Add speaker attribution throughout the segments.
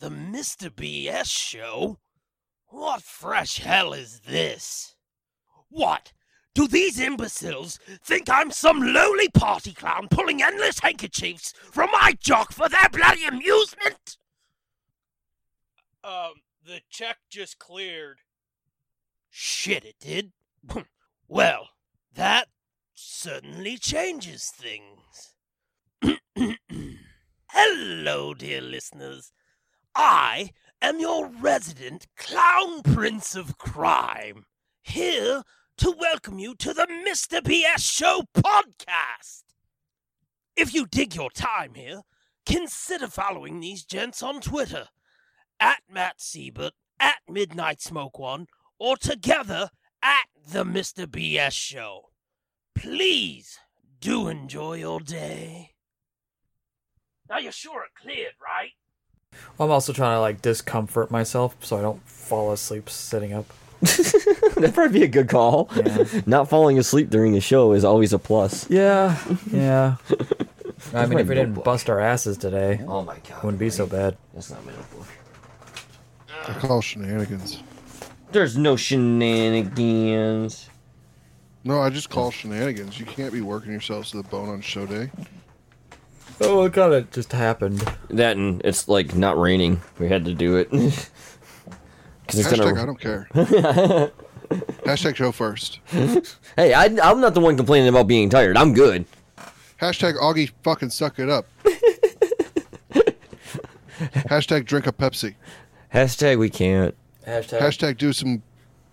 Speaker 1: The Mr. BS show? What fresh hell is this? What? Do these imbeciles think I'm some lowly party clown pulling endless handkerchiefs from my jock for their bloody amusement?
Speaker 2: Um, the check just cleared.
Speaker 1: Shit, it did. well, that certainly changes things. Hello, dear listeners. I am your resident clown prince of crime, here to welcome you to the Mr. BS Show podcast. If you dig your time here, consider following these gents on Twitter at Matt Siebert, at Midnight Smoke One, or together at the Mr. BS Show. Please do enjoy your day. Now you're sure it cleared, right?
Speaker 3: I'm also trying to like discomfort myself so I don't fall asleep sitting up.
Speaker 4: That'd probably be a good call.
Speaker 3: Yeah.
Speaker 4: Not falling asleep during a show is always a plus.
Speaker 3: Yeah, yeah. I mean,
Speaker 4: my
Speaker 3: if we didn't
Speaker 4: notebook.
Speaker 3: bust our asses today, it
Speaker 4: Oh my god.
Speaker 3: wouldn't be so bad.
Speaker 4: That's not my notebook.
Speaker 5: I call shenanigans.
Speaker 4: There's no shenanigans.
Speaker 5: No, I just call shenanigans. You can't be working yourselves to the bone on show day.
Speaker 3: Oh, it kind of just happened.
Speaker 4: That and it's like not raining. We had to do it. Because it's
Speaker 5: Hashtag
Speaker 4: gonna.
Speaker 5: I don't care. Hashtag show first.
Speaker 4: Hey, I, I'm not the one complaining about being tired. I'm good.
Speaker 5: Hashtag Augie fucking suck it up. Hashtag drink a Pepsi.
Speaker 4: Hashtag we can't.
Speaker 5: Hashtag do some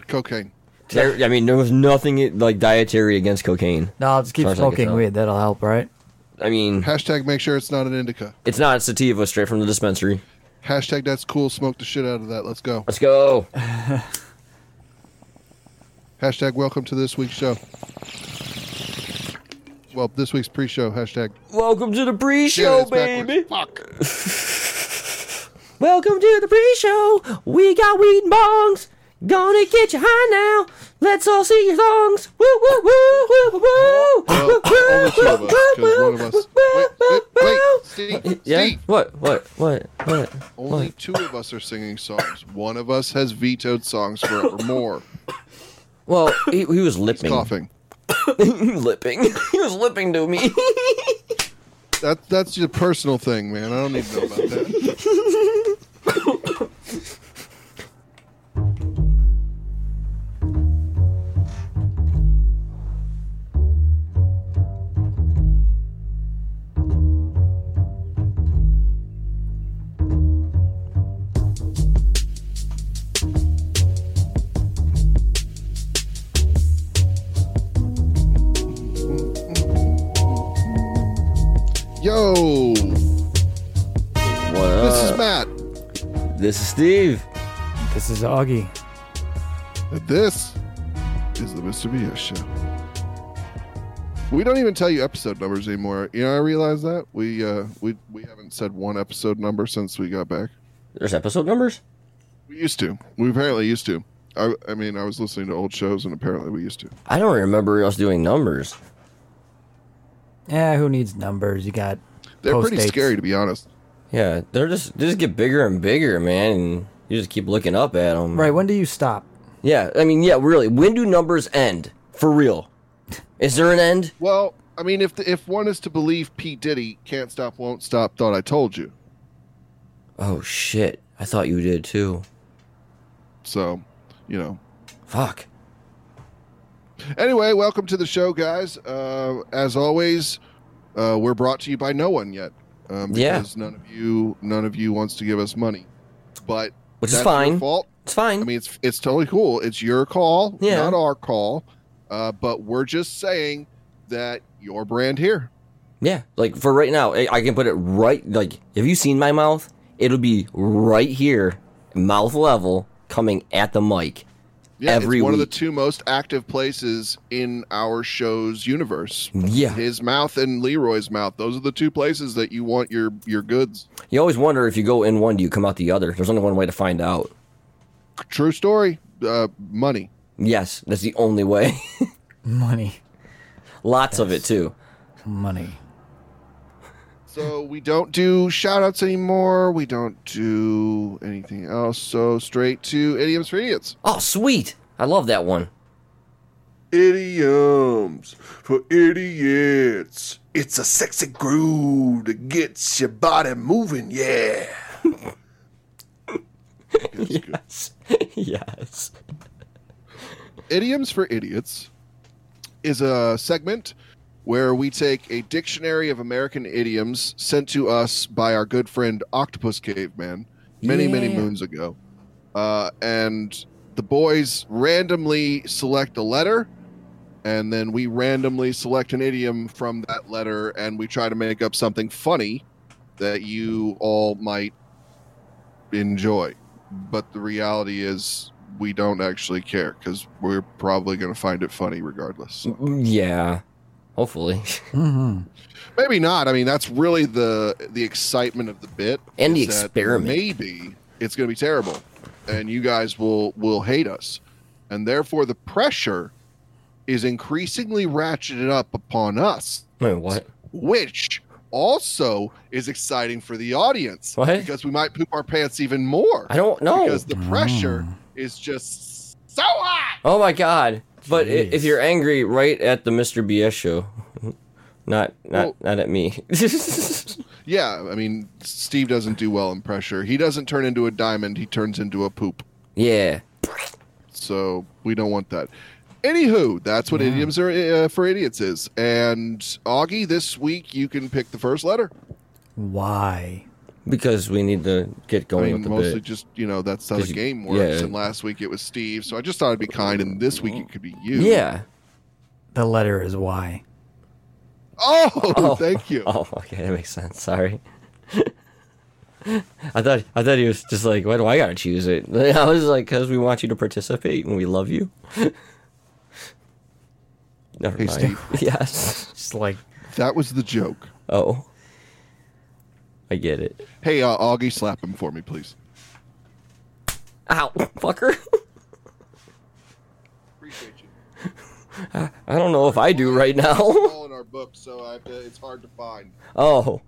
Speaker 5: cocaine.
Speaker 4: There, I mean, there was nothing like dietary against cocaine.
Speaker 3: No, I'll just keep
Speaker 4: Sounds like it's
Speaker 3: smoking
Speaker 4: out.
Speaker 3: weed. That'll help, right?
Speaker 4: I mean,
Speaker 5: Hashtag make sure it's not an indica.
Speaker 4: it's not sativa straight from the dispensary.
Speaker 5: Hashtag that's cool. Smoke the shit out of that. Let's go.
Speaker 4: Let's go.
Speaker 5: Hashtag welcome to this week's show. Well, this week's pre-show hashtag.
Speaker 4: Welcome to the
Speaker 5: Damn
Speaker 4: pre-show,
Speaker 5: it, it's backwards.
Speaker 4: baby.
Speaker 5: Fuck.
Speaker 4: Welcome to the pre-show. We got weed and bongs. Gonna get you high now. Let's all see your songs. Woo woo woo woo woo woo.
Speaker 5: Well, only two of us, 'cause one of us. Wait, wait, wait, Steve,
Speaker 4: Yeah.
Speaker 5: Steve.
Speaker 4: What? What? What? What?
Speaker 5: Only two of us are singing songs. One of us has vetoed songs forevermore.
Speaker 4: Well, he, he was lipping.
Speaker 5: Coughing.
Speaker 4: lipping. He was lipping to me.
Speaker 5: That that's your personal thing, man. I don't need to know about that. Yo,
Speaker 4: Well,
Speaker 5: this is Matt.
Speaker 4: This is Steve.
Speaker 3: This is Augie.
Speaker 5: And This is the Mr. BS show. We don't even tell you episode numbers anymore. You know, I realize that we uh, we we haven't said one episode number since we got back.
Speaker 4: There's episode numbers.
Speaker 5: We used to. We apparently used to. I, I mean, I was listening to old shows, and apparently we used to.
Speaker 4: I don't remember us doing numbers.
Speaker 3: Yeah, who needs numbers? You got.
Speaker 5: They're
Speaker 3: post
Speaker 5: pretty
Speaker 3: dates.
Speaker 5: scary, to be honest.
Speaker 4: Yeah, they're just they just get bigger and bigger, man. And you just keep looking up at them.
Speaker 3: Right? When do you stop?
Speaker 4: Yeah, I mean, yeah, really. When do numbers end? For real? Is there an end?
Speaker 5: Well, I mean, if the, if one is to believe P Diddy, can't stop, won't stop. Thought I told you.
Speaker 4: Oh shit! I thought you did too.
Speaker 5: So, you know.
Speaker 4: Fuck.
Speaker 5: Anyway, welcome to the show, guys. Uh, as always, uh, we're brought to you by no one yet, um,
Speaker 4: Yeah.
Speaker 5: because none of you none of you wants to give us money, but
Speaker 4: Which is
Speaker 5: that's
Speaker 4: fine.
Speaker 5: Your fault.
Speaker 4: It's fine.
Speaker 5: I mean, it's it's totally cool. It's your call,
Speaker 4: Yeah.
Speaker 5: not our call. Uh, but we're just saying that your brand here.
Speaker 4: yeah. Like for right now, I, I can put it right. Like, have you seen my mouth? It'll be right here, mouth level, coming at the mic.
Speaker 5: Yeah,
Speaker 4: Every
Speaker 5: it's one of the
Speaker 4: week.
Speaker 5: two most active places in our show's universe.
Speaker 4: Yeah.
Speaker 5: his mouth and Leroy's mouth. Those are the two places that you want your your goods.
Speaker 4: You always wonder if you go in one, do you come out the other? There's only one way to find out.
Speaker 5: True story. Uh, money.
Speaker 4: Yes, that's the only way.
Speaker 3: Money,
Speaker 4: Lots of it too.
Speaker 3: money.
Speaker 5: So we don't do shout outs anymore. We don't do anything else. So straight to idioms for idiots.
Speaker 4: Oh, sweet! I love that one.
Speaker 6: Idioms for idiots. It's a sexy groove that gets your body moving, yeah.
Speaker 4: yes. yes.
Speaker 5: Idioms for Idiots is a segment where we take a dictionary of American idioms sent to us by our good friend Octopus Caveman many, many
Speaker 4: Yeah.
Speaker 5: moons ago. Uh, and the boys randomly select a letter, and then we randomly select an idiom from that letter, and we try to make up something funny that you all might enjoy. But the reality is, we don't actually care because we're probably going to find it funny regardless. so.
Speaker 4: Yeah. Hopefully.
Speaker 3: Mm-hmm.
Speaker 5: Maybe not. I mean, that's really the the excitement of the bit
Speaker 4: And the
Speaker 5: is that
Speaker 4: experiment.
Speaker 5: Maybe it's going to be terrible, and you guys will will hate us, and therefore the pressure is increasingly ratcheted up upon us,
Speaker 4: Wait, what?
Speaker 5: which also is exciting for the audience
Speaker 4: What?
Speaker 5: because we might poop our pants even more
Speaker 4: I don't know.
Speaker 5: because the pressure
Speaker 4: Mm.
Speaker 5: is just so high.
Speaker 4: Oh my god! But i- if
Speaker 3: Jeez.
Speaker 4: you're angry, right at the Mr. BS show, not not
Speaker 5: Well-
Speaker 4: not at me.
Speaker 5: Yeah, I mean, Steve doesn't do well in pressure. He doesn't turn into a diamond. He turns into a poop.
Speaker 4: yeah.
Speaker 5: so we don't want that. Anywho, that's what idioms are uh, for idiots is. And Augie, this week you can pick the first letter.
Speaker 3: Why?
Speaker 4: Because we need to get
Speaker 5: I
Speaker 4: going
Speaker 5: mean,
Speaker 4: with the
Speaker 5: mostly
Speaker 4: bit.
Speaker 5: just you know that's how
Speaker 4: 'Cause
Speaker 5: the
Speaker 4: you-
Speaker 5: game works.
Speaker 4: yeah.
Speaker 5: And last week it was Steve, so I just thought it'd be kind. And this week it could be you.
Speaker 4: Yeah.
Speaker 3: The letter is why.
Speaker 5: Oh, thank you.
Speaker 4: Oh, okay, that makes sense. Sorry. I thought I thought he was just like, why do I gotta choose it? I was like, because we want you to participate and we love you. Never
Speaker 5: Hey,
Speaker 4: mind.
Speaker 5: Steve.
Speaker 4: Yes.
Speaker 3: Just like
Speaker 5: That was the joke.
Speaker 4: Oh. I get it.
Speaker 5: Hey, uh, Augie, slap him for me, please.
Speaker 4: Ow, fucker.
Speaker 5: Appreciate you.
Speaker 4: I don't know if I do right now.
Speaker 5: All in our book, so I have to, it's hard to find.
Speaker 4: Oh.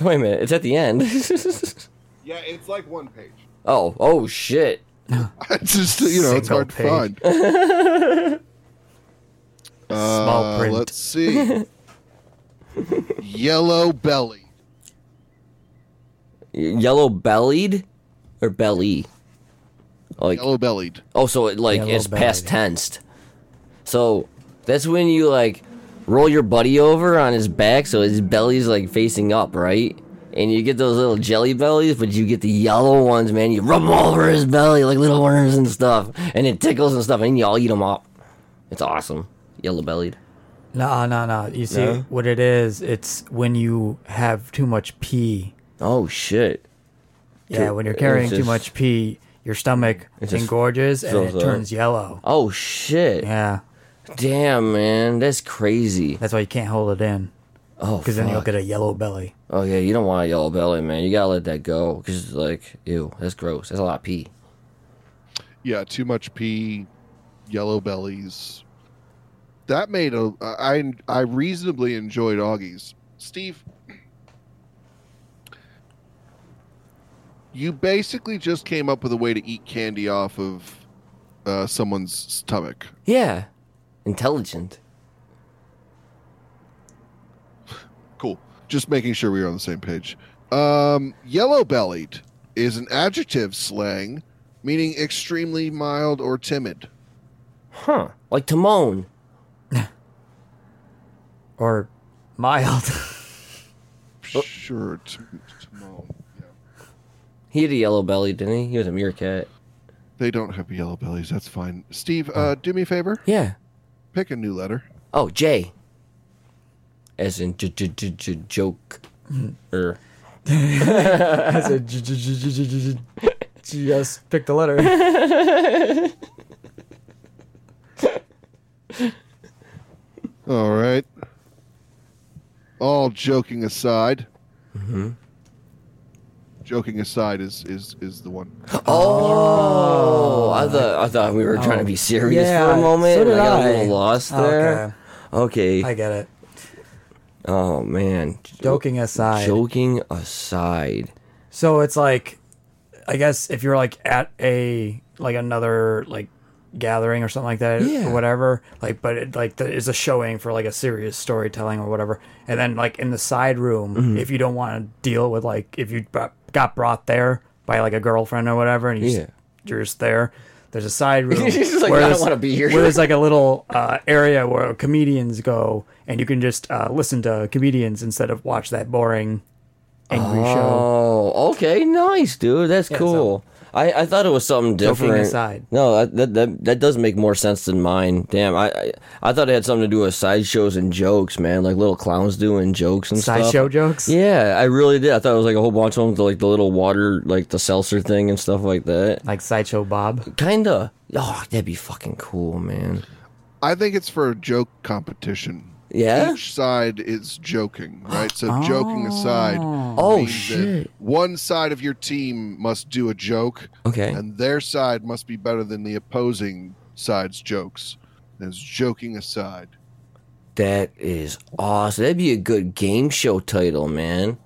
Speaker 4: Wait a minute, it's at the end.
Speaker 5: Yeah, it's like one page.
Speaker 4: oh, oh shit.
Speaker 5: it's just you know it's
Speaker 3: Single
Speaker 5: hard
Speaker 3: page.
Speaker 5: to find.
Speaker 3: Small print.
Speaker 5: Uh, Let's see. Yellow belly.
Speaker 4: Yellow bellied or belly? Like
Speaker 5: Yellow bellied.
Speaker 4: oh, so it like
Speaker 3: Yellow
Speaker 4: it's past
Speaker 3: bellied.
Speaker 4: tensed. So that's when you like roll your buddy over on his back so his belly's like facing up, right? And you get those little jelly bellies, but you get the yellow ones, man. You rub them all over his belly like little worms and stuff, and it tickles and stuff, and you all eat them up. It's awesome, yellow bellied.
Speaker 3: no, no, no. You see
Speaker 4: No?
Speaker 3: what it is? It's when you have too much pee.
Speaker 4: Oh shit!
Speaker 3: Yeah,
Speaker 4: Dude,
Speaker 3: when you're
Speaker 4: it's
Speaker 3: carrying too
Speaker 4: just-
Speaker 3: much pee, your stomach
Speaker 4: just
Speaker 3: engorges and
Speaker 4: fills
Speaker 3: it
Speaker 4: up.
Speaker 3: turns yellow.
Speaker 4: Oh shit!
Speaker 3: Yeah,
Speaker 4: Damn, man, that's crazy.
Speaker 3: that's why you can't hold it in
Speaker 4: Oh,
Speaker 3: because then you'll
Speaker 4: fuck.
Speaker 3: get a yellow belly.
Speaker 4: Oh yeah, you don't want a yellow belly, man. You gotta let that go. Cause like, ew, that's gross. That's a lot of pee.
Speaker 5: Yeah, too much pee. Yellow bellies. That made a I I reasonably enjoyed Augie's. Steve, you basically just came up with a way to eat candy off of uh, someone's stomach.
Speaker 4: Yeah, intelligent.
Speaker 5: Cool. Just making sure we are on the same page. Um, yellow bellied is an adjective slang meaning extremely mild or timid.
Speaker 4: Huh? Like Timon.
Speaker 3: Or mild.
Speaker 5: Sure. T- Timon, yeah.
Speaker 4: He had a yellow belly, didn't he? He was a meerkat.
Speaker 5: They don't have yellow bellies. That's fine. Steve,
Speaker 4: Oh.
Speaker 5: uh, do me a favor.
Speaker 4: Yeah.
Speaker 5: Pick a new letter.
Speaker 4: Oh, J. As in j j j j joke.
Speaker 3: Oh.
Speaker 4: Er.
Speaker 3: That's a j- j- j- j- j- j- j- just picked a letter.
Speaker 5: All right. All joking aside.
Speaker 4: Mm-hmm.
Speaker 5: Joking aside is is is the one.
Speaker 4: Oh, I thought I thought we were trying to be serious
Speaker 3: Oh. Yeah,
Speaker 4: for a moment.
Speaker 3: so
Speaker 4: and I
Speaker 3: did
Speaker 4: got a
Speaker 3: I.
Speaker 4: little lost there. Okay.
Speaker 3: I get it.
Speaker 4: Oh man.
Speaker 3: Joking aside.
Speaker 4: Joking aside.
Speaker 3: So it's like, I guess if you're like at a like another like gathering or something like that
Speaker 4: Yeah.
Speaker 3: or whatever, like but it like the, is a showing for like a serious storytelling or whatever, and then like in the side room,
Speaker 4: Mm-hmm.
Speaker 3: if you don't want to deal with like if you br- got brought there by like a girlfriend or whatever, and you
Speaker 4: Yeah.
Speaker 3: just, you're just there. There's a side room.
Speaker 4: He's just like,
Speaker 3: where
Speaker 4: "I don't
Speaker 3: there's-
Speaker 4: wanna be here."
Speaker 3: Where there's like a little uh, area where comedians go, and you can just uh, listen to comedians instead of watch that boring, angry show.
Speaker 4: Oh, okay, nice, dude. That's cool. I, I thought it was something
Speaker 3: Joking
Speaker 4: different.
Speaker 3: aside.
Speaker 4: No, I- that, that that does make more sense than mine. Damn, I, I I thought it had something to do with sideshows and jokes, man. Like little clowns doing jokes and stuff.
Speaker 3: sideshow jokes.
Speaker 4: Yeah, I really did. I thought it was like a whole bunch of them, like the little water, like the seltzer thing and stuff like that.
Speaker 3: Like sideshow Bob.
Speaker 4: Kinda. Oh, that'd be fucking cool, man.
Speaker 5: I think it's for a joke competition.
Speaker 4: Yeah?
Speaker 5: Each side is joking, right? So joking aside.
Speaker 4: Oh,
Speaker 5: means that
Speaker 4: shit.
Speaker 5: One side of your team must do a joke,
Speaker 4: Okay.
Speaker 5: and their side must be better than the opposing side's jokes. That's joking aside.
Speaker 4: That is awesome. That'd be a good game show title, man.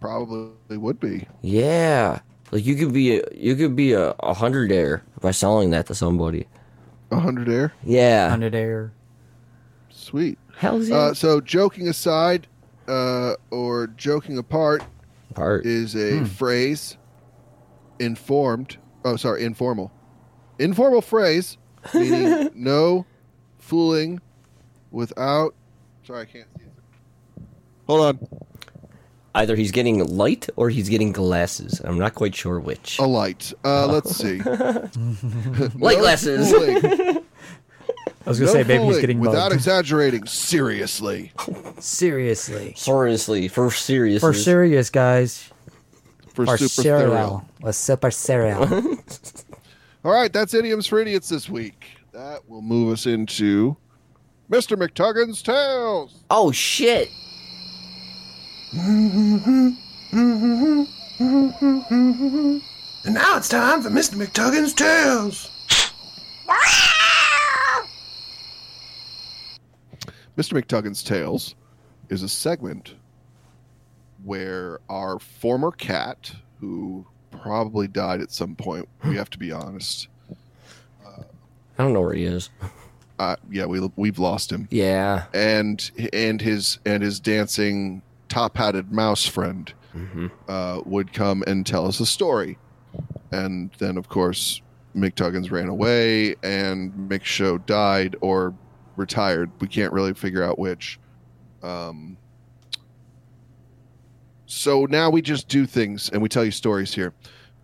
Speaker 5: Probably would be.
Speaker 4: Yeah, like you could be a, you could be a, a hundred air by selling that to somebody.
Speaker 5: a 100 air?
Speaker 4: Yeah,
Speaker 3: Hundred air.
Speaker 5: Sweet.
Speaker 4: hell's yeah.
Speaker 5: Uh, so joking aside uh, or joking apart
Speaker 4: Part.
Speaker 5: is a phrase informed oh sorry informal informal phrase meaning no fooling without sorry i can't see it hold on
Speaker 4: Either he's getting light or he's getting glasses. I'm not quite sure which.
Speaker 5: a light uh, let's see
Speaker 4: Light glasses.
Speaker 5: fooling,
Speaker 3: I was gonna
Speaker 5: no
Speaker 3: say, baby, he's
Speaker 5: fooling
Speaker 3: getting
Speaker 5: without
Speaker 3: bugged.
Speaker 5: exaggerating seriously
Speaker 3: Seriously,
Speaker 4: Seriously, for serious.
Speaker 3: for serious guys,
Speaker 5: for
Speaker 3: for
Speaker 5: super thorough
Speaker 3: cereal, a super cereal.
Speaker 5: all right that's idioms for idiots this week that will move us into mr mctuggan's tales
Speaker 4: Oh shit.
Speaker 6: And now it's time for Mr. McTuggan's Tales.
Speaker 5: Mr. McTuggan's Tales is a segment where our former cat, who probably died at some point, we have to be honest.
Speaker 4: I don't know where he is.
Speaker 5: Uh, yeah, we we've lost him,
Speaker 4: Yeah.
Speaker 5: and and his and his dancing top-hatted mouse friend
Speaker 4: Mhm.
Speaker 5: uh, would come and tell us a story, and then of course McTuggins ran away and McShow died or retired. We can't really figure out which. Um, so now we just do things and we tell you stories here,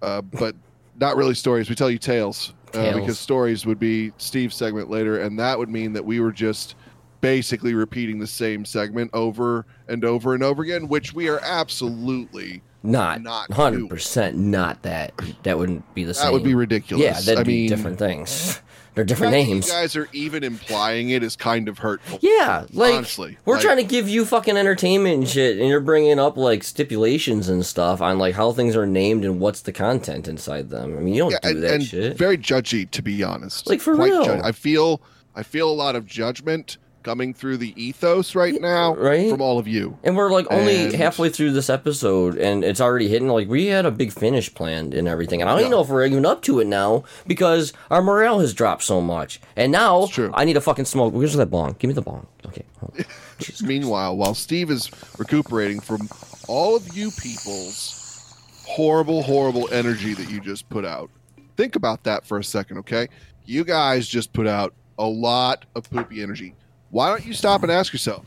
Speaker 5: uh, but not really stories. We tell you tales, Uh,
Speaker 4: Tales.
Speaker 5: because stories would be Steve's segment later, and that would mean that we were just basically repeating the same segment over and over and over again, which we are absolutely
Speaker 4: Not.
Speaker 5: Not
Speaker 4: Hundred percent. Not that. That wouldn't be the same.
Speaker 5: that would be ridiculous.
Speaker 4: Yeah, that'd
Speaker 5: I
Speaker 4: be
Speaker 5: mean,
Speaker 4: different things. They're
Speaker 5: the
Speaker 4: different
Speaker 5: fact that
Speaker 4: names.
Speaker 5: You guys are even implying it is kind of hurtful.
Speaker 4: Yeah, like
Speaker 5: Honestly,
Speaker 4: we're
Speaker 5: like-
Speaker 4: trying to give you fucking entertainment and shit, and you're bringing up like stipulations and stuff on like how things are named and what's the content inside them. I mean, you don't
Speaker 5: Yeah,
Speaker 4: do
Speaker 5: and,
Speaker 4: that
Speaker 5: and
Speaker 4: shit.
Speaker 5: very judgy, to be honest.
Speaker 4: Like, for
Speaker 5: Quite
Speaker 4: real.
Speaker 5: judgy. I feel, I feel a lot of judgment coming through the ethos right now,
Speaker 4: right?
Speaker 5: from all of you.
Speaker 4: and we're like only
Speaker 5: and-
Speaker 4: halfway through this episode, and it's already hitting. Like we had a big finish planned and everything, and I don't even know if we're even up to it now because our morale has dropped so much. And now
Speaker 5: true.
Speaker 4: I need a fucking smoke. Where's that bong? Give me the bong. Okay. hold on.
Speaker 5: Meanwhile, while Steve is recuperating from all of you people's horrible, horrible energy that you just put out, think about that for a second, okay? You guys just put out a lot of poopy energy. Why don't you stop and ask yourself,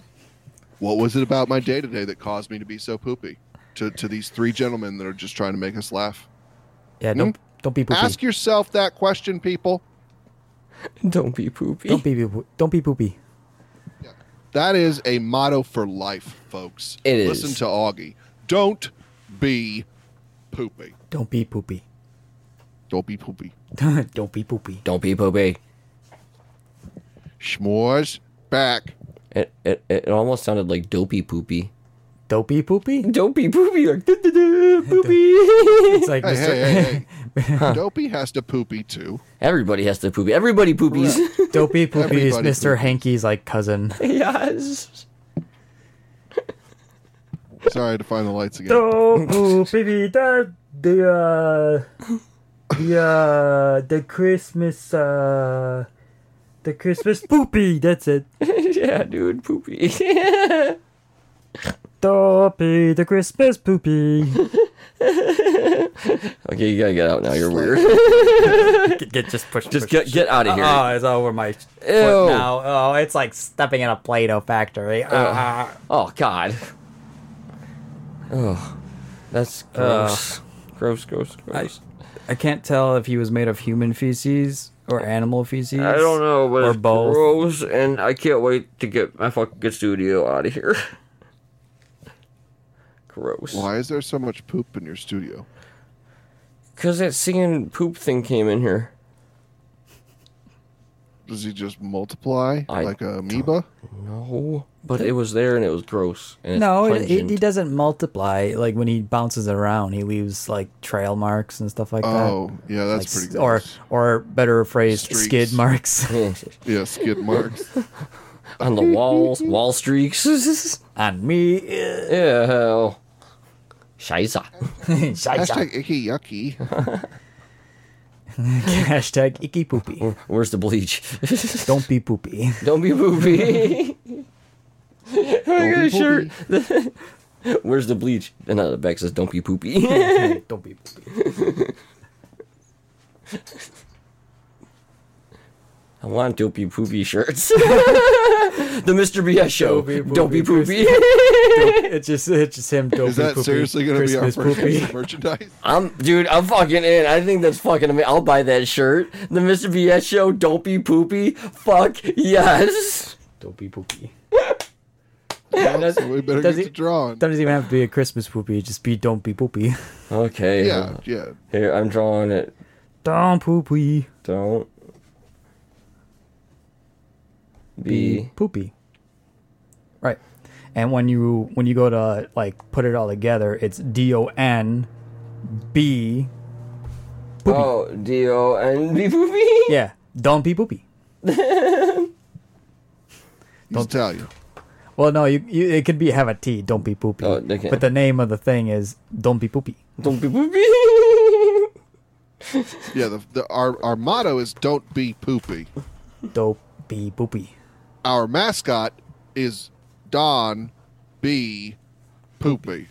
Speaker 5: what was it about my day today that caused me to be so poopy? To, to these three gentlemen that are just trying to make us laugh.
Speaker 3: yeah, don't don't be poopy.
Speaker 5: Ask yourself that question, people.
Speaker 4: Don't be poopy.
Speaker 3: Don't be poo- don't be poopy.
Speaker 5: That is a motto for life, folks.
Speaker 4: It is.
Speaker 5: Listen to Augie. Don't be poopy.
Speaker 3: Don't be poopy.
Speaker 5: Don't be poopy.
Speaker 3: don't be poopy.
Speaker 4: Don't be poopy.
Speaker 5: Schmores back.
Speaker 4: It, it, it almost sounded like dopey poopy.
Speaker 3: Don't be poopy.
Speaker 4: Dopey poopy, like "Duh, duh, duh, poopy.
Speaker 3: It's like
Speaker 5: Hey,
Speaker 3: Mr.
Speaker 5: hey, hey, hey. Dopey has to poopy too.
Speaker 4: Everybody has to poopy. Everybody poopies.
Speaker 3: don't be poopy is
Speaker 5: Everybody
Speaker 3: Mr.
Speaker 5: poopies.
Speaker 3: Hanky's like cousin.
Speaker 4: yes.
Speaker 5: Sorry, I had to find the lights again.
Speaker 3: Oh, baby, that the uh, the uh, the Christmas uh, the Christmas poopy. That's it.
Speaker 4: yeah, dude, poopy.
Speaker 3: Dopey, the Christmas poopy.
Speaker 4: okay, you gotta get out now. You're weird.
Speaker 3: get, get just push.
Speaker 4: Just get get out of here.
Speaker 3: Oh, it's over my foot
Speaker 4: Ew.
Speaker 3: now. Oh, it's like stepping in a Play-Doh factory. Ah.
Speaker 4: Oh God. Oh, that's gross. gross, gross, gross.
Speaker 3: I can't tell if he was made of human feces or animal feces.
Speaker 4: I, don't know, but
Speaker 3: Or
Speaker 4: it's
Speaker 3: both.
Speaker 4: gross, and I can't wait to get my fucking good studio out of here. gross.
Speaker 5: Why is there so much poop in your studio?
Speaker 4: Because that singing poop thing came in here.
Speaker 5: Does he just multiply
Speaker 4: I
Speaker 5: like a amoeba?
Speaker 4: No, but it was there and it was gross. And it's
Speaker 3: No, it- he,
Speaker 4: pungent.
Speaker 3: he doesn't multiply. Like when he bounces around, he leaves like trail marks and stuff like that.
Speaker 5: Oh, yeah, that's
Speaker 3: Like,
Speaker 5: pretty
Speaker 3: s-
Speaker 5: good.
Speaker 3: Or, or better phrase,
Speaker 5: Streaks.
Speaker 3: skid marks
Speaker 5: yeah, skid marks.
Speaker 4: on the walls, wall streaks.
Speaker 3: on me. uh,
Speaker 4: Ew. Shiza.
Speaker 3: Hashtag,
Speaker 5: Hashtag icky yucky.
Speaker 3: hashtag icky poopy.
Speaker 4: Where's the bleach?
Speaker 3: Don't be poopy.
Speaker 4: Don't be poopy.
Speaker 5: Don't be
Speaker 4: shirt.
Speaker 5: poopy.
Speaker 4: Where's the bleach? And uh, the back says, "Don't be poopy."
Speaker 3: Don't be poopy.
Speaker 4: I want "Don't be poopy" shirts. the Mr. BS show.
Speaker 3: Don't be poopy,
Speaker 4: Don't be poopy.
Speaker 3: It's just, it's just him. Don't
Speaker 5: Is
Speaker 3: be
Speaker 5: that
Speaker 3: poopy.
Speaker 5: seriously going to be our
Speaker 3: Christmas
Speaker 5: first
Speaker 3: poopy.
Speaker 5: piece of merchandise?
Speaker 4: I'm, dude. I'm fucking in. I think that's fucking amazing. I'll buy that shirt. The Mr. BS show. Don't be poopy. Fuck yes.
Speaker 3: Don't be poopy.
Speaker 5: Well, so we better
Speaker 3: does
Speaker 5: get
Speaker 3: he-
Speaker 5: to drawing.
Speaker 3: Doesn't even have to be a Christmas poopy. Just be don't be poopy.
Speaker 4: Okay.
Speaker 5: Yeah, yeah.
Speaker 4: Here, I'm drawing it.
Speaker 3: Don't poopy.
Speaker 4: Don't be.
Speaker 3: be poopy. Right. And when you when you go to like put it all together, it's D O N B
Speaker 4: Oh, D O N B poopy.
Speaker 3: yeah, don't be poopy.
Speaker 5: He's Italian.
Speaker 3: Well, no, you, you it could be have a T, don't be poopy.
Speaker 4: Oh, okay.
Speaker 3: But the name of the thing is don't be poopy.
Speaker 4: Don't be poopy.
Speaker 5: Yeah, the, the, our, our motto is don't be poopy.
Speaker 3: Don't be poopy.
Speaker 5: Our mascot is Don B. Poopy.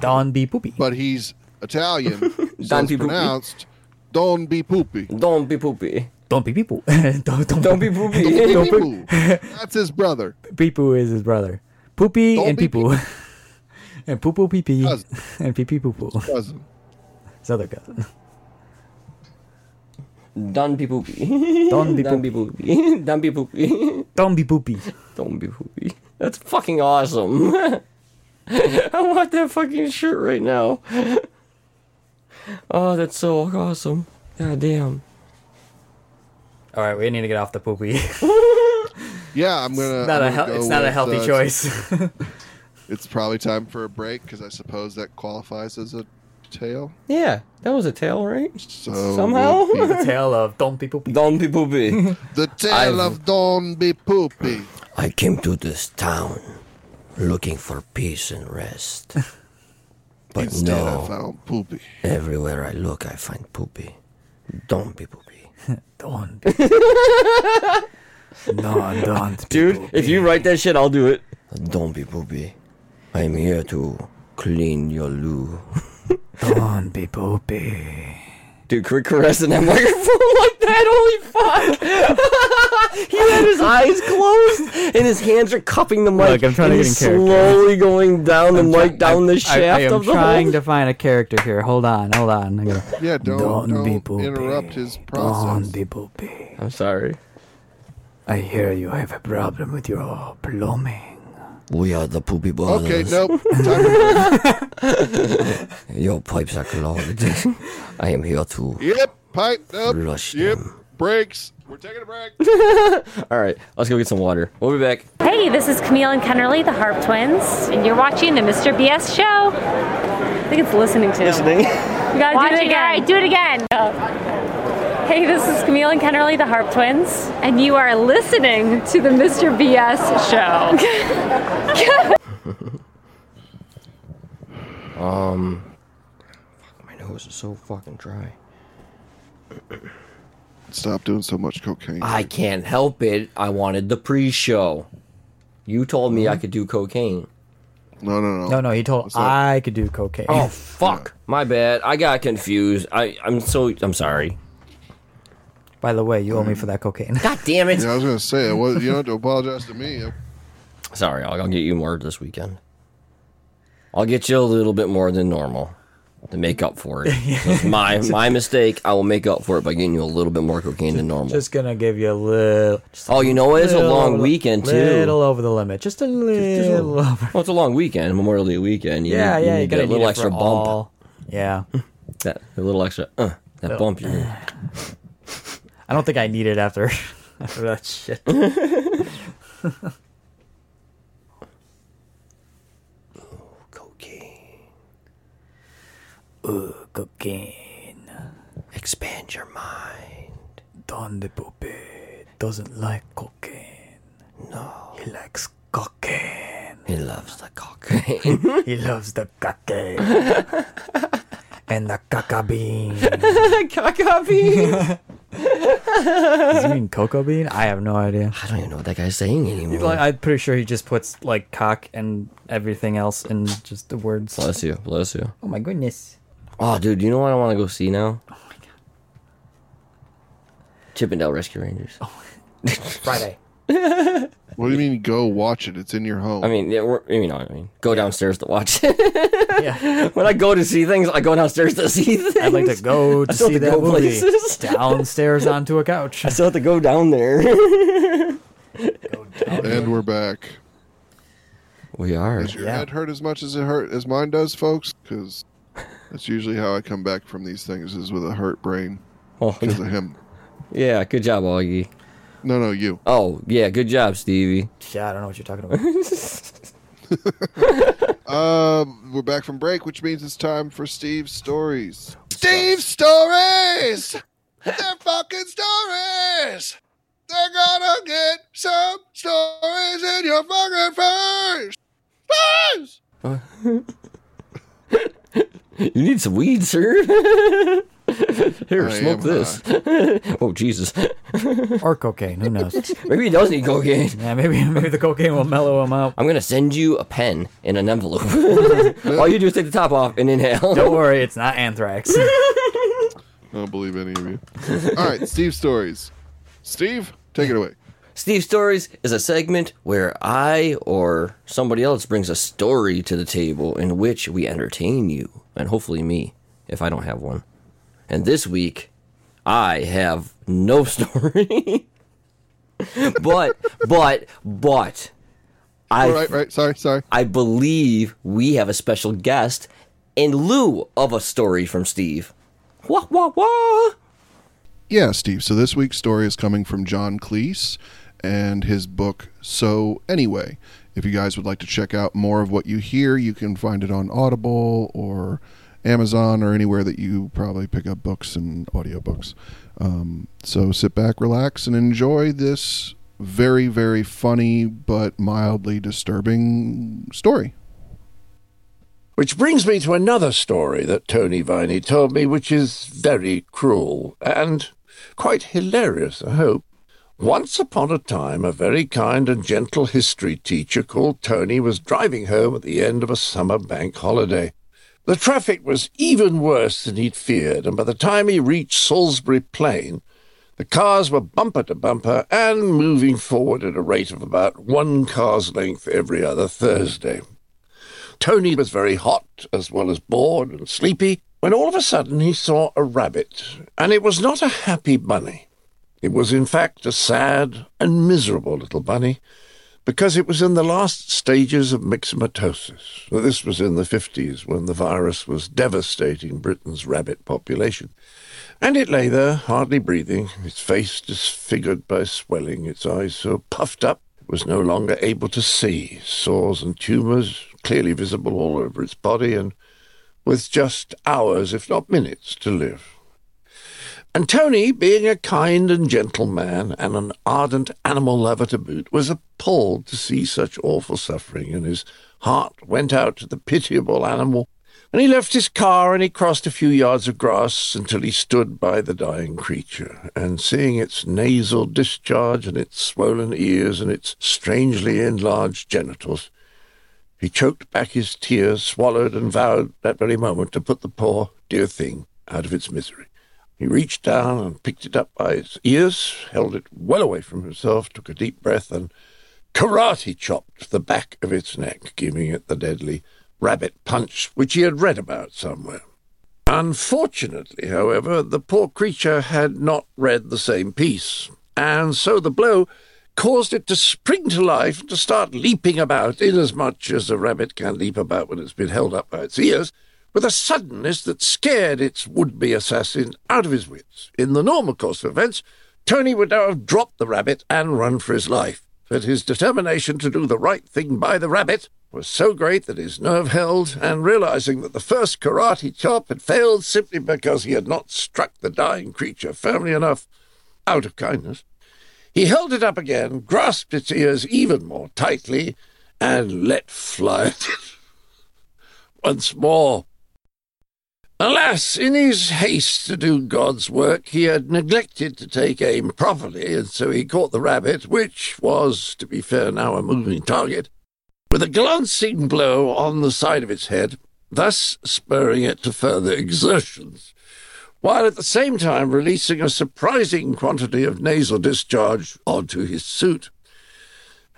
Speaker 3: Don't be poopy.
Speaker 5: But he's Italian. so
Speaker 4: Don
Speaker 5: it's
Speaker 4: B. Poopy.
Speaker 5: pronounced Don B. Poopy.
Speaker 4: Don't be poopy.
Speaker 3: Don't be people. don't don't,
Speaker 4: Don't be
Speaker 3: be
Speaker 4: poopy.
Speaker 3: Don't be-
Speaker 5: Poo. That's his brother.
Speaker 3: Peepoo is his brother. Poopy
Speaker 5: Don't
Speaker 3: and
Speaker 5: be
Speaker 3: Peepoo. and Poo Poo Pee Pee.
Speaker 5: Cousin.
Speaker 3: And Pee Pee Poo Poo.
Speaker 5: Cousin.
Speaker 3: His other cousin.
Speaker 4: Don't be poopy.
Speaker 3: Don't be
Speaker 4: Don't
Speaker 3: poopy.
Speaker 4: be poopy. Don't be poopy.
Speaker 3: Don't be poopy.
Speaker 4: Don't be poopy. That's fucking awesome. I want that fucking shirt right now. Oh, that's so awesome. God damn.
Speaker 3: All right, we need to get off the poopy.
Speaker 5: Yeah, I'm gonna.
Speaker 3: not
Speaker 5: I'm
Speaker 3: a
Speaker 5: gonna
Speaker 3: hel-
Speaker 5: go
Speaker 3: it's not a
Speaker 5: with,
Speaker 3: healthy
Speaker 5: uh,
Speaker 3: choice.
Speaker 5: It's probably time for a break because I suppose that qualifies as a tail.
Speaker 4: Yeah, that was a tail, right?
Speaker 5: So
Speaker 4: Somehow.
Speaker 5: we'll be-
Speaker 3: Tale of don't be poopy.
Speaker 4: Don't be poopy.
Speaker 5: the tail
Speaker 4: I've-
Speaker 5: of Don be poopy.
Speaker 1: I came to this town looking for peace and rest. But
Speaker 5: Instead, I found poopy.
Speaker 1: everywhere I look, I find poopy. Don't be poopy.
Speaker 3: Don't. be- no, don't. be
Speaker 4: Dude,
Speaker 3: poopy.
Speaker 4: if you write that shit, I'll do it.
Speaker 1: Don't be poopy. I'm here to clean your loo.
Speaker 3: don't be poopy.
Speaker 4: Dude, quit caressing that microphone like that. Holy fuck! he had his eyes closed and his hands are cupping the mic.
Speaker 3: Look, I'm trying to
Speaker 4: and
Speaker 3: get
Speaker 4: he's
Speaker 3: in character.
Speaker 4: slowly going down the mic, down the shaft
Speaker 3: I, I am
Speaker 4: of the
Speaker 3: trying
Speaker 4: hole.
Speaker 3: to find a character here. Hold on, hold on. I gotta-
Speaker 5: Yeah, don't,
Speaker 3: Don't
Speaker 5: don't,
Speaker 3: be poopy.
Speaker 5: interrupt his
Speaker 3: Don't
Speaker 5: process.
Speaker 3: be poopy.
Speaker 4: I'm sorry.
Speaker 3: I hear you have a problem with your plumbing.
Speaker 1: We are the poopy brothers.
Speaker 5: okay, nope. Time for break.
Speaker 1: Your pipes are clogged. I am here to
Speaker 5: Yep, pipe. Nope.
Speaker 1: Rushed
Speaker 5: yep,
Speaker 1: him.
Speaker 5: breaks. We're taking a break.
Speaker 4: All right, let's go get some water. We'll be back.
Speaker 7: Hey, this is Camille and Kennerly, the Harp Twins, and you're watching the Mr. BS show. I think it's listening to. Listening. You gotta do it again. do it again. Hey, this is Camille and Kennerly, the Harp Twins, and you are listening to the Mr. BS show.
Speaker 4: Um, fuck, my nose is so fucking dry.
Speaker 5: Stop doing so much cocaine.
Speaker 4: I can't help it. I wanted the pre-show. You told me I could do cocaine.
Speaker 5: no, no, no.
Speaker 3: No, no, he told
Speaker 5: up?
Speaker 3: I could do cocaine.
Speaker 4: Oh fuck, my bad. I got confused. I I'm so I'm sorry.
Speaker 3: By the way, you owe me for that cocaine.
Speaker 4: God damn it.
Speaker 5: Yeah, I was gonna say it was. You don't have to apologize to me.
Speaker 4: Sorry, I'll, I'll get you more this weekend. I'll get you a little bit more than normal to make up for it. It's my my mistake. I will make up for it by getting you a little bit more cocaine than normal.
Speaker 3: just gonna give you a little. Just
Speaker 4: oh, you know what? It's a
Speaker 3: little
Speaker 4: long
Speaker 3: over-
Speaker 4: weekend too.
Speaker 3: Little over the limit, just a little over.
Speaker 4: Well, it's a long weekend, Memorial Day weekend. You
Speaker 3: Yeah, yeah,
Speaker 4: need, you
Speaker 3: you
Speaker 4: need that
Speaker 3: gotta
Speaker 4: little extra bump.
Speaker 3: Yeah,
Speaker 4: That a little uh, extra uh, that bump. You need.
Speaker 3: I don't think I need it after after that shit.
Speaker 4: Cocaine.
Speaker 3: cocaine
Speaker 4: Expand your mind.
Speaker 3: Don the puppy doesn't like cocaine. No, he likes cocaine.
Speaker 4: He loves the cocaine.
Speaker 3: He loves the cocaine and the caca bean. Does
Speaker 4: Caca bean.
Speaker 3: he mean cocoa bean? I have no idea.
Speaker 4: I don't even know what that guy's saying anymore.
Speaker 3: Like, I'm pretty sure he just puts like cock and everything else in just the words.
Speaker 4: bless you, bless you.
Speaker 3: Oh my goodness.
Speaker 4: Oh, dude, you know what I want to go see now? Oh my god. Chippendale Rescue Rangers.
Speaker 3: Friday.
Speaker 5: What do you mean? Go watch it. It's in your home.
Speaker 4: I mean, yeah, we're, you know, what I mean, go downstairs to watch. it.
Speaker 3: Yeah.
Speaker 4: when I go to see things, I go downstairs to see things.
Speaker 3: I'd like to go to
Speaker 4: still
Speaker 3: see
Speaker 4: have to
Speaker 3: that
Speaker 4: go
Speaker 3: movie.
Speaker 4: places.
Speaker 3: Downstairs onto a couch.
Speaker 4: I still have to go down there.
Speaker 5: and we're back.
Speaker 4: we are.
Speaker 5: Does your
Speaker 3: Yeah.
Speaker 5: head hurt as much as it hurt as mine does, folks? Because that's usually how I come back from these things is with a hurt brain
Speaker 4: Oh,
Speaker 5: because of him.
Speaker 4: yeah, good job, Augie.
Speaker 5: No, no, you.
Speaker 4: Oh, yeah, good job, Stevie.
Speaker 3: Yeah, I don't know what you're talking about.
Speaker 5: Um, we're back from break, which means it's time for Steve's stories. Steve's stories. They're fucking stories. They're gonna get some stories in your fucking face. Face!
Speaker 4: You need some weed, sir. Here,
Speaker 5: I
Speaker 4: smoke
Speaker 5: am
Speaker 4: this. oh, Jesus.
Speaker 3: or cocaine, who knows?
Speaker 4: Maybe he does need cocaine.
Speaker 3: Yeah, maybe maybe the cocaine will mellow him out.
Speaker 4: I'm gonna send you a pen in an envelope. All you do is take the top off and inhale.
Speaker 3: Don't worry, it's not anthrax.
Speaker 5: I don't believe any of you. All right, Steve's stories. Steve, take it away.
Speaker 4: Steve Stories is a segment where I or somebody else brings a story to the table in which we entertain you, and hopefully me, if I don't have one. And this week, I have no story. but, but, but, I
Speaker 5: All right, right. Sorry, sorry.
Speaker 4: I believe we have a special guest in lieu of a story from Steve. Wah wah wah!
Speaker 5: Yeah, Steve. So this week's story is coming from John Cleese and his book, So Anyway. If you guys would like to check out more of what you hear, you can find it on Audible or Amazon or anywhere that you probably pick up books and audiobooks. Um, so sit back, relax, and enjoy this very, very funny but mildly disturbing story.
Speaker 8: Which brings me to another story that Tony Viney told me, which is very cruel and quite hilarious, I hope. Once upon a time, a very kind and gentle history teacher called Tony was driving home at the end of a summer bank holiday. The traffic was even worse than he'd feared, and by the time he reached Salisbury Plain, the cars were bumper to bumper and moving forward at a rate of about one car's length every other Thursday. Tony was very hot, as well as bored and sleepy, when all of a sudden he saw a rabbit, and it was not a happy bunny. It was, in fact, a sad and miserable little bunny, because it was in the last stages of myxomatosis. Now, This was in the 50s, when the virus was devastating Britain's rabbit population. And it lay there, hardly breathing, its face disfigured by swelling, its eyes so puffed up it was no longer able to see, sores and tumours clearly visible all over its body, and with just hours, if not minutes, to live. And Tony, being a kind and gentle man and an ardent animal lover to boot, was appalled to see such awful suffering, and his heart went out to the pitiable animal and he left his car and he crossed a few yards of grass until he stood by the dying creature, and seeing its nasal discharge and its swollen ears and its strangely enlarged genitals, he choked back his tears, swallowed, and vowed that very moment to put the poor, dear thing out of its misery. He reached down and picked it up by its ears, held it well away from himself, took a deep breath, and karate chopped the back of its neck, giving it the deadly rabbit punch which he had read about somewhere. Unfortunately, however, the poor creature had not read the same piece, and so the blow caused it to spring to life and to start leaping about, inasmuch as a rabbit can leap about when it's been held up by its ears, with a suddenness that scared its would be assassin out of his wits. In the normal course of events, Tony would now have dropped the rabbit and run for his life, but his determination to do the right thing by the rabbit was so great that his nerve held, and realizing that the first karate chop had failed simply because he had not struck the dying creature firmly enough, out of kindness, he held it up again, grasped its ears even more tightly, and let fly at it once more. Alas, in his haste to do God's work, he had neglected to take aim properly, and so he caught the rabbit, which was, to be fair now, a moving target, with a glancing blow on the side of its head, thus spurring it to further exertions while at the same time releasing a surprising quantity of nasal discharge onto his suit.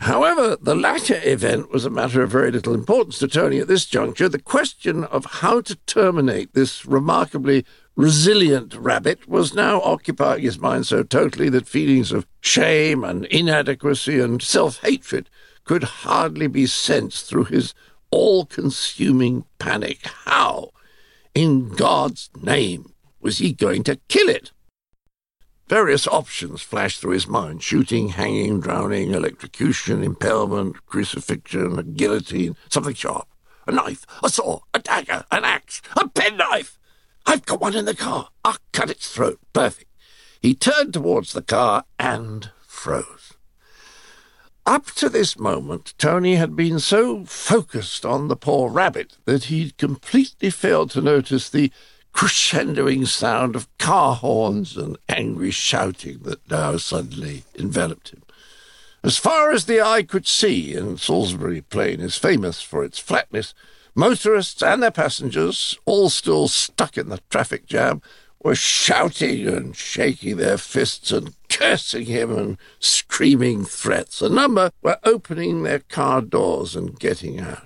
Speaker 8: However, the latter event was a matter of very little importance to Tony at this juncture. The question of how to terminate this remarkably resilient rabbit was now occupying his mind so totally that feelings of shame and inadequacy and self hatred could hardly be sensed through his all consuming panic. How, in God's name, was he going to kill it? Various options flashed through his mind shooting, hanging, drowning, electrocution, impalement, crucifixion, a guillotine, something sharp, a knife, a saw, a dagger, an axe, a penknife. I've got one in the car. I'll cut its throat. Perfect. He turned towards the car and froze. Up to this moment, Tony had been so focused on the poor rabbit that he'd completely failed to notice the crescendoing sound of car horns and angry shouting that now suddenly enveloped him. As far as the eye could see, and Salisbury Plain is famous for its flatness, motorists and their passengers, all still stuck in the traffic jam, were shouting and shaking their fists and cursing him and screaming threats. A number were opening their car doors and getting out.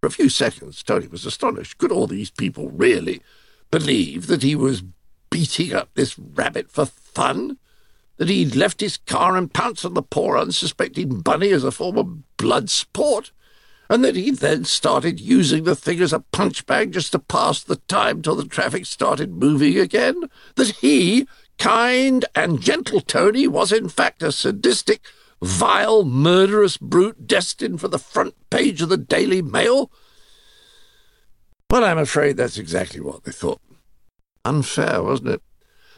Speaker 8: For a few seconds, Tony was astonished. Could all these people really believe that he was beating up this rabbit for fun? That he'd left his car and pounced on the poor, unsuspecting bunny as a form of blood sport? And that he then started using the thing as a punch bag just to pass the time till the traffic started moving again? That he, kind and gentle Tony, was in fact a sadistic, vile, murderous brute destined for the front page of the Daily Mail? Well, I'm afraid that's exactly what they thought. Unfair, wasn't it?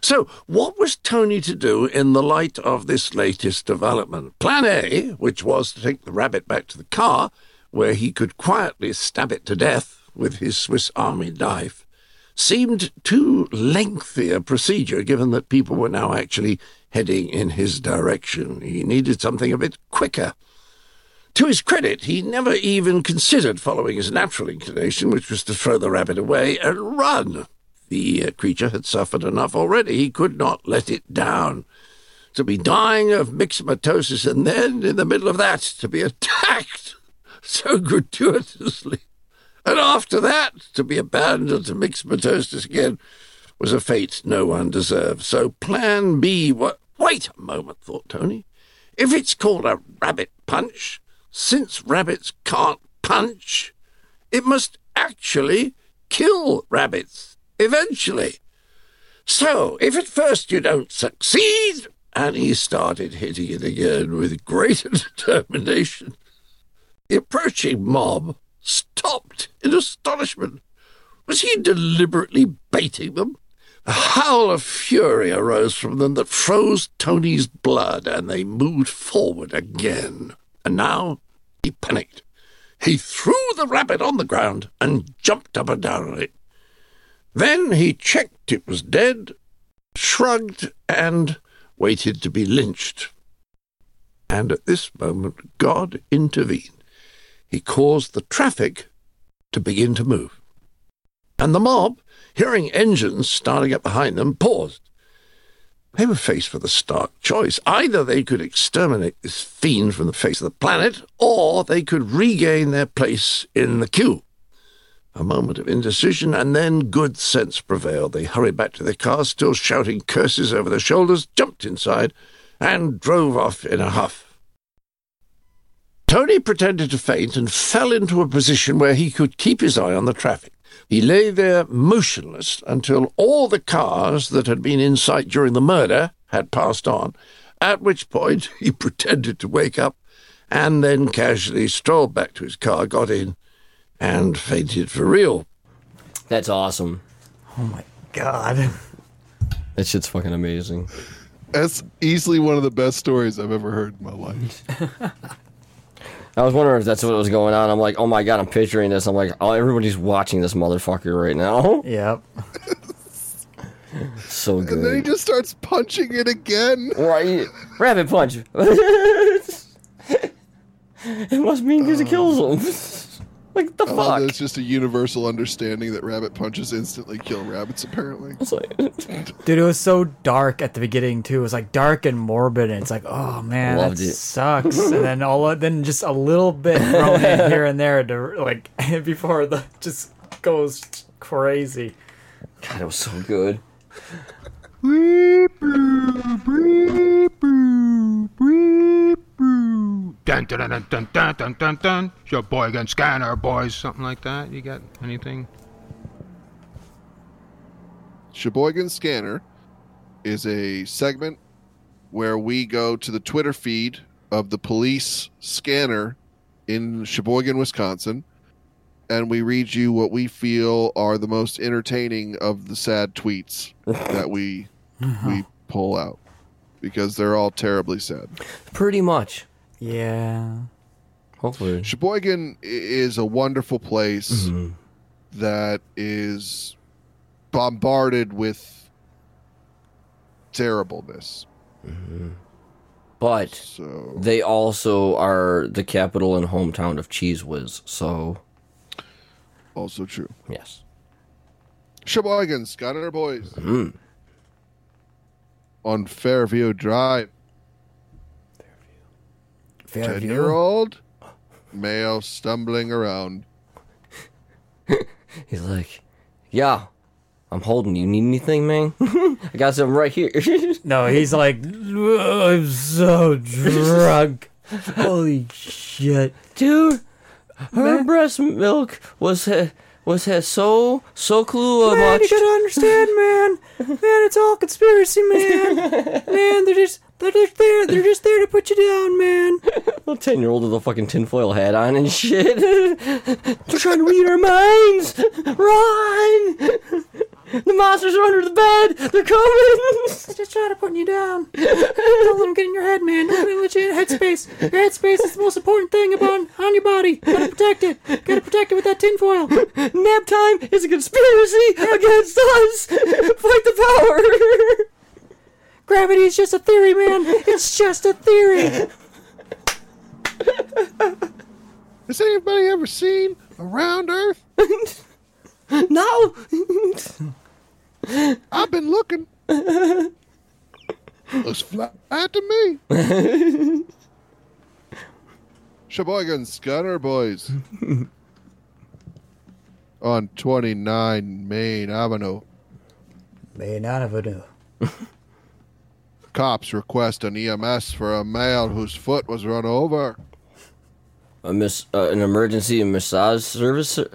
Speaker 8: So, what was Tony to do in the light of this latest development? Plan A, which was to take the rabbit back to the car, where he could quietly stab it to death with his Swiss Army knife, seemed too lengthy a procedure given that people were now actually heading in his direction. He needed something a bit quicker. To his credit, he never even considered following his natural inclination, which was to throw the rabbit away and run. The uh, creature had suffered enough already. He could not let it down. To be dying of myxomatosis and then, in the middle of that, to be attacked so gratuitously. And after that, to be abandoned to myxomatosis again was a fate no one deserved. So plan B wa Wait a moment, thought Tony. If it's called a rabbit punch, since rabbits can't punch, it must actually kill rabbits eventually. So, if at first you don't succeed, and he started hitting it again with greater determination, the approaching mob stopped in astonishment. Was he deliberately baiting them? A howl of fury arose from them that froze Tony's blood, and they moved forward again. And now he panicked. He threw the rabbit on the ground and jumped up and down on it. Then he checked it was dead, shrugged, and waited to be lynched. And at this moment, God intervened. He caused the traffic to begin to move. And the mob, hearing engines starting up behind them, paused. They were faced with a stark choice. Either they could exterminate this fiend from the face of the planet, or they could regain their place in the queue. A moment of indecision, and then good sense prevailed. They hurried back to their cars, still shouting curses over their shoulders, jumped inside, and drove off in a huff. Tony pretended to faint and fell into a position where he could keep his eye on the traffic. He lay there motionless until all the cars that had been in sight during the murder had passed on, at which point he pretended to wake up and then casually strolled back to his car, got in, and fainted for real.
Speaker 4: That's awesome.
Speaker 3: Oh my god.
Speaker 4: That shit's fucking amazing.
Speaker 5: That's easily one of the best stories I've ever heard in my life.
Speaker 4: I was wondering if that's what was going on. I'm like, oh my god, I'm picturing this. I'm like, oh, everybody's watching this motherfucker right now.
Speaker 3: Yep.
Speaker 4: So good.
Speaker 5: And then he just starts punching it again.
Speaker 4: Right. Rabbit punch. it must mean because it kills him. like the
Speaker 5: I love
Speaker 4: fuck.
Speaker 5: that it's just a universal understanding that rabbit punches instantly kill rabbits, apparently.
Speaker 4: It's like-
Speaker 3: Dude, it was so dark at the beginning too. It was like dark and morbid, and it's like, oh man,
Speaker 4: Loved
Speaker 3: that
Speaker 4: it.
Speaker 3: sucks. and then all, then just a little bit thrown in here and there to like before the just goes crazy.
Speaker 4: God, it was so good.
Speaker 9: Dun dun dun dun dun dun dun dun. It's your boy against Scanner boys, something like that. You got anything?
Speaker 5: Sheboygan Scanner is a segment where we go to the Twitter feed of the police scanner in Sheboygan, Wisconsin, and we read you what we feel are the most entertaining of the sad tweets that we we pull out because they're all terribly sad.
Speaker 4: Pretty much.
Speaker 3: Yeah.
Speaker 4: Hopefully.
Speaker 5: Sheboygan i- is a wonderful place that is bombarded with terribleness.
Speaker 4: But
Speaker 5: So
Speaker 4: they also are the capital and hometown of Cheese Whiz. So,
Speaker 5: also true.
Speaker 4: yes.
Speaker 5: Sheboygan Scanner Boys on Fairview Drive.
Speaker 3: Fair
Speaker 5: Ten year old male stumbling around.
Speaker 4: He's like, yeah, I'm holding. You need anything, man? I got something right here.
Speaker 3: No, he's like, I'm so drunk. Holy shit.
Speaker 4: Dude, her breast milk was uh, was uh, so so clue
Speaker 3: Man, you
Speaker 4: much.
Speaker 3: gotta understand, man. Man, it's all conspiracy, man. Man, they're just they're just there. They're just there to put you down, man.
Speaker 4: Little ten year old with a fucking tinfoil hat on and shit. They're trying to read our minds. Run! The monsters are under the bed. They're coming.
Speaker 3: Just try to put you down. Don't let them get in your head, man. Don't let them let you in headspace. Your headspace is the most important thing about on your body. Gotta protect it. Gotta protect it with that tinfoil.
Speaker 4: Nap time is a conspiracy against us. Fight the power.
Speaker 3: Gravity is just a theory, man. It's just a theory.
Speaker 5: Has anybody ever seen a round Earth?
Speaker 4: No.
Speaker 5: I've been looking. Looks flat to me. Sheboygan Scanner Boys on 29 Main Avenue.
Speaker 3: May not have a
Speaker 5: Cops request an EMS for a male whose foot was run over.
Speaker 4: A miss, uh, an emergency massage service. oh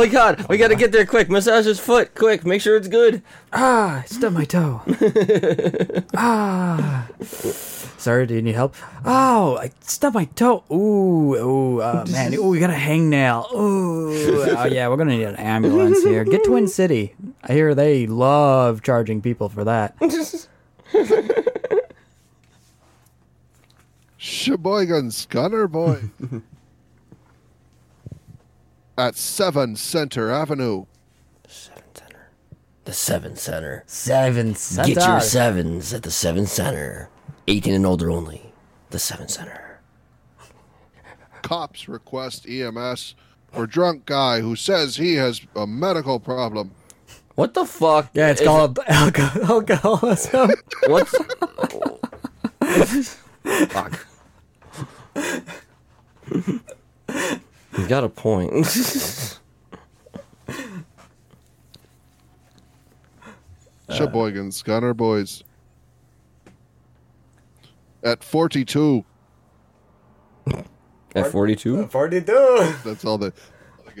Speaker 4: my god, we gotta get there quick. Massage his foot, quick. Make sure it's good.
Speaker 3: Ah, I stubbed my toe. ah. Sorry, do you need help? Oh, I stubbed my toe. Ooh, ooh, uh, man. Ooh, we got a hangnail. Ooh. Oh, yeah, we're going to need an ambulance here. Get Twin City. I hear they love charging people for that.
Speaker 5: Sheboygan Scanner Boys at 7 Center Avenue.
Speaker 4: The Seven Center.
Speaker 3: Seven
Speaker 4: Get your
Speaker 3: centaurs.
Speaker 4: sevens at the Seven Center. 18 and older only. The Seven Center.
Speaker 5: Cops request EMS for drunk guy who says he has a medical problem.
Speaker 4: What the fuck?
Speaker 3: Yeah, it's
Speaker 4: is-
Speaker 3: called alco- alcoholism.
Speaker 4: What's
Speaker 5: Fuck.
Speaker 4: He's got a point.
Speaker 5: Sheboygan Gunner Boys. At 42.
Speaker 4: At 42?
Speaker 3: Forty-two.
Speaker 5: That's all they, all they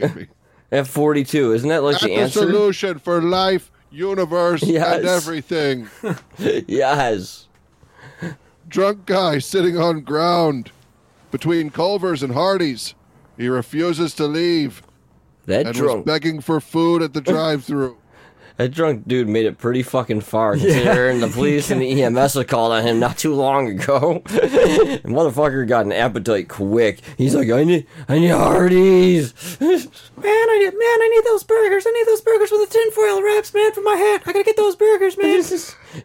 Speaker 5: gave me.
Speaker 4: At 42. Isn't that like
Speaker 5: At
Speaker 4: the
Speaker 5: the
Speaker 4: answer?
Speaker 5: solution for life, universe,
Speaker 4: Yes.
Speaker 5: and everything.
Speaker 4: Yes.
Speaker 5: drunk guy sitting on ground between Culver's and Hardee's. He refuses to leave
Speaker 4: That
Speaker 5: and was
Speaker 4: drunk
Speaker 5: begging for food at the drive-through.
Speaker 4: that drunk dude made it pretty fucking far considering the police and the EMS had called on him not too long ago. and motherfucker got an appetite quick. He's like, I need I need Hardee's.
Speaker 3: Man, I need, man, I need those burgers. I need those burgers with the tinfoil wraps, man, for my hat. I gotta get those burgers, man.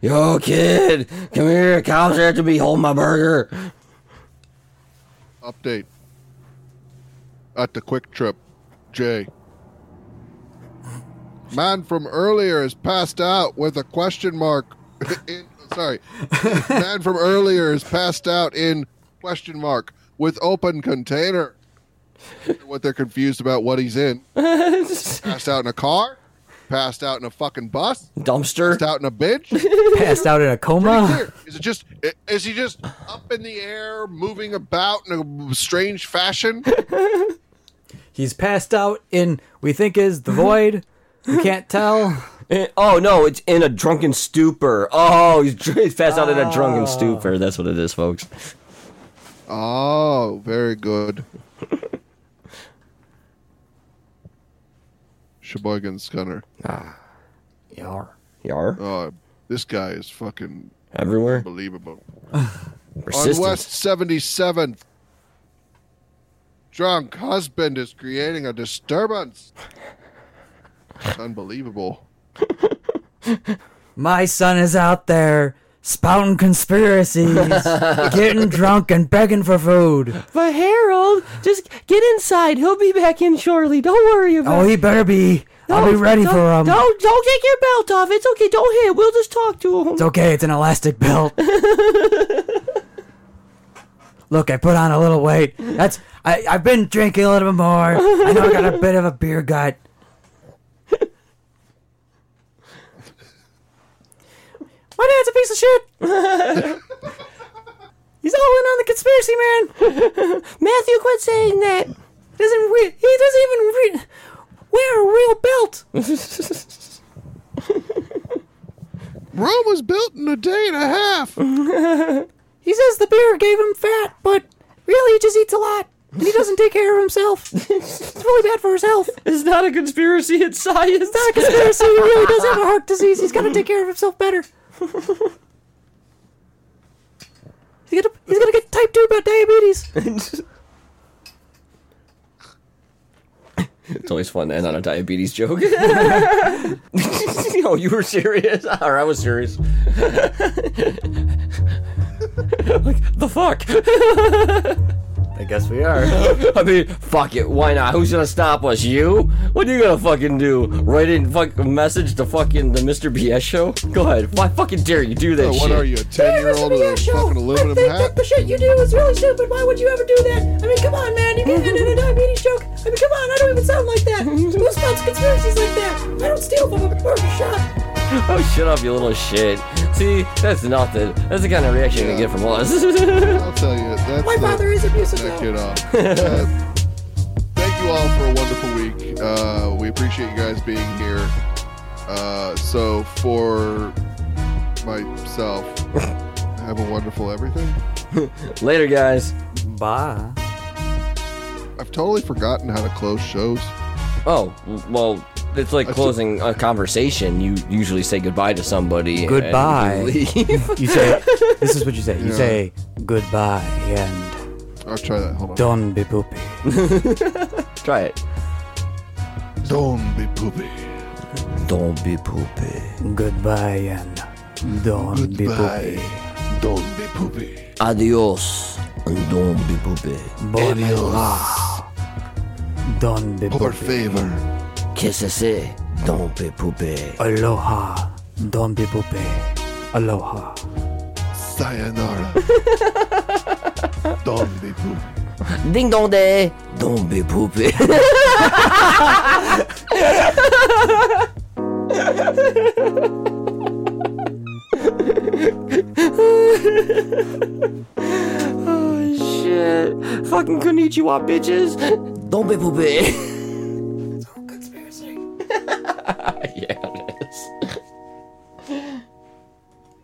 Speaker 4: Yo kid, come here, cops are after me, hold my burger.
Speaker 5: Update at the Quick Trip, Jay. Man from earlier is passed out with a question mark. in, sorry, man from earlier is passed out in question mark with open container. What they're confused about what he's in. Passed out in a car. Passed out in a fucking bus.
Speaker 4: Dumpster.
Speaker 5: Passed out in a bench.
Speaker 3: Passed out in a coma.
Speaker 5: Here, Is it just? i- Is he just up in the air, moving about in a strange fashion?
Speaker 3: He's passed out in we think is the void. We can't tell.
Speaker 4: Eh, Oh no, it's in a drunken stupor. Oh, he's, dr- he's passed out in a
Speaker 3: Oh.
Speaker 4: drunken stupor. That's what it is, folks.
Speaker 5: Oh, very good. Sheboygan Scunner.
Speaker 3: Yar.
Speaker 4: Yar.
Speaker 5: Oh, this guy is fucking
Speaker 4: Everywhere.
Speaker 5: unbelievable. On
Speaker 4: Persistence.
Speaker 5: West 77th, drunk husband is creating a disturbance. Unbelievable.
Speaker 3: My son is out there spouting conspiracies, getting drunk and begging for food.
Speaker 4: But Harold, just get inside. He'll be back in shortly. Don't worry about
Speaker 3: Oh, he better be. I'll be ready for him.
Speaker 4: Don't don't take your belt off. It's okay. Don't hit. We'll just talk to him.
Speaker 3: It's okay, it's an elastic belt. Look, I put on a little weight. That's I, I've been drinking a little bit more. I know I got a bit of a beer gut. My dad's a piece of shit. He's all in on the conspiracy, man. Matthew, quit saying that. Doesn't re- he doesn't even re- wear a real belt?
Speaker 5: Rome was built in a day and a half.
Speaker 3: He says the beer gave him fat, but really he just eats a lot. And he doesn't take care of himself. It's really bad for his health.
Speaker 4: It's not a conspiracy. It's science.
Speaker 3: Not a conspiracy. He really does have a heart disease. He's got to take care of himself better. He's gonna, he's gonna get type 2 about diabetes.
Speaker 4: It's always fun to end on a diabetes joke. oh, you were serious? Or I was serious. like, the fuck?
Speaker 3: I guess we are.
Speaker 4: I mean, fuck it. Why not? Who's gonna stop us? You? What are you gonna fucking do? Write in fuck a message to fucking the Mr. BS show? Go ahead. Why fucking dare you do that
Speaker 5: So
Speaker 4: shit?
Speaker 5: Oh, what are you, a 10 year old with a fucking aluminum hat?
Speaker 3: shit you do is really stupid. Why would you ever do that? I mean, come on, man. You
Speaker 4: Mm-hmm.
Speaker 3: can't end in a diabetes joke. I mean, come on. I don't even sound like that. Who spouts conspiracies like that? I don't steal from a burger shop.
Speaker 4: Oh, shut up, you little shit. See, that's nothing. That's the kind of reaction you
Speaker 5: Yeah.
Speaker 4: get from us.
Speaker 5: I'll tell you. That's the-
Speaker 3: is abusive.
Speaker 5: that kid off. Uh, thank you all for a wonderful week. Uh, we appreciate you guys being here. Uh, so for myself, have a wonderful everything.
Speaker 4: Later, guys.
Speaker 3: Bye.
Speaker 5: I've totally forgotten how to close shows.
Speaker 4: Oh, well, it's like
Speaker 5: That's
Speaker 4: closing a conversation. You usually say goodbye to somebody. and
Speaker 3: Goodbye.
Speaker 4: you leave.
Speaker 3: You say this is what you say. You
Speaker 5: Yeah.
Speaker 3: say goodbye and
Speaker 5: I'll try that. Hold on.
Speaker 3: don't be poopy.
Speaker 4: Try it.
Speaker 6: Don't be poopy.
Speaker 4: Don't be poopy.
Speaker 3: Goodbye and don't be poopy.
Speaker 6: Goodbye. Don't be poopy.
Speaker 4: Adios and don't be poopy.
Speaker 6: Adios.
Speaker 3: Don't be
Speaker 5: Por
Speaker 3: poopy.
Speaker 5: favor.
Speaker 4: Que se se? Don't be poopy.
Speaker 3: Aloha. Don't be poopy. Aloha.
Speaker 5: Sayonara. Don't be poopy.
Speaker 4: Ding dong day. Don't be poopy. oh shit. Fucking konnichiwa bitches. Don't be poopy.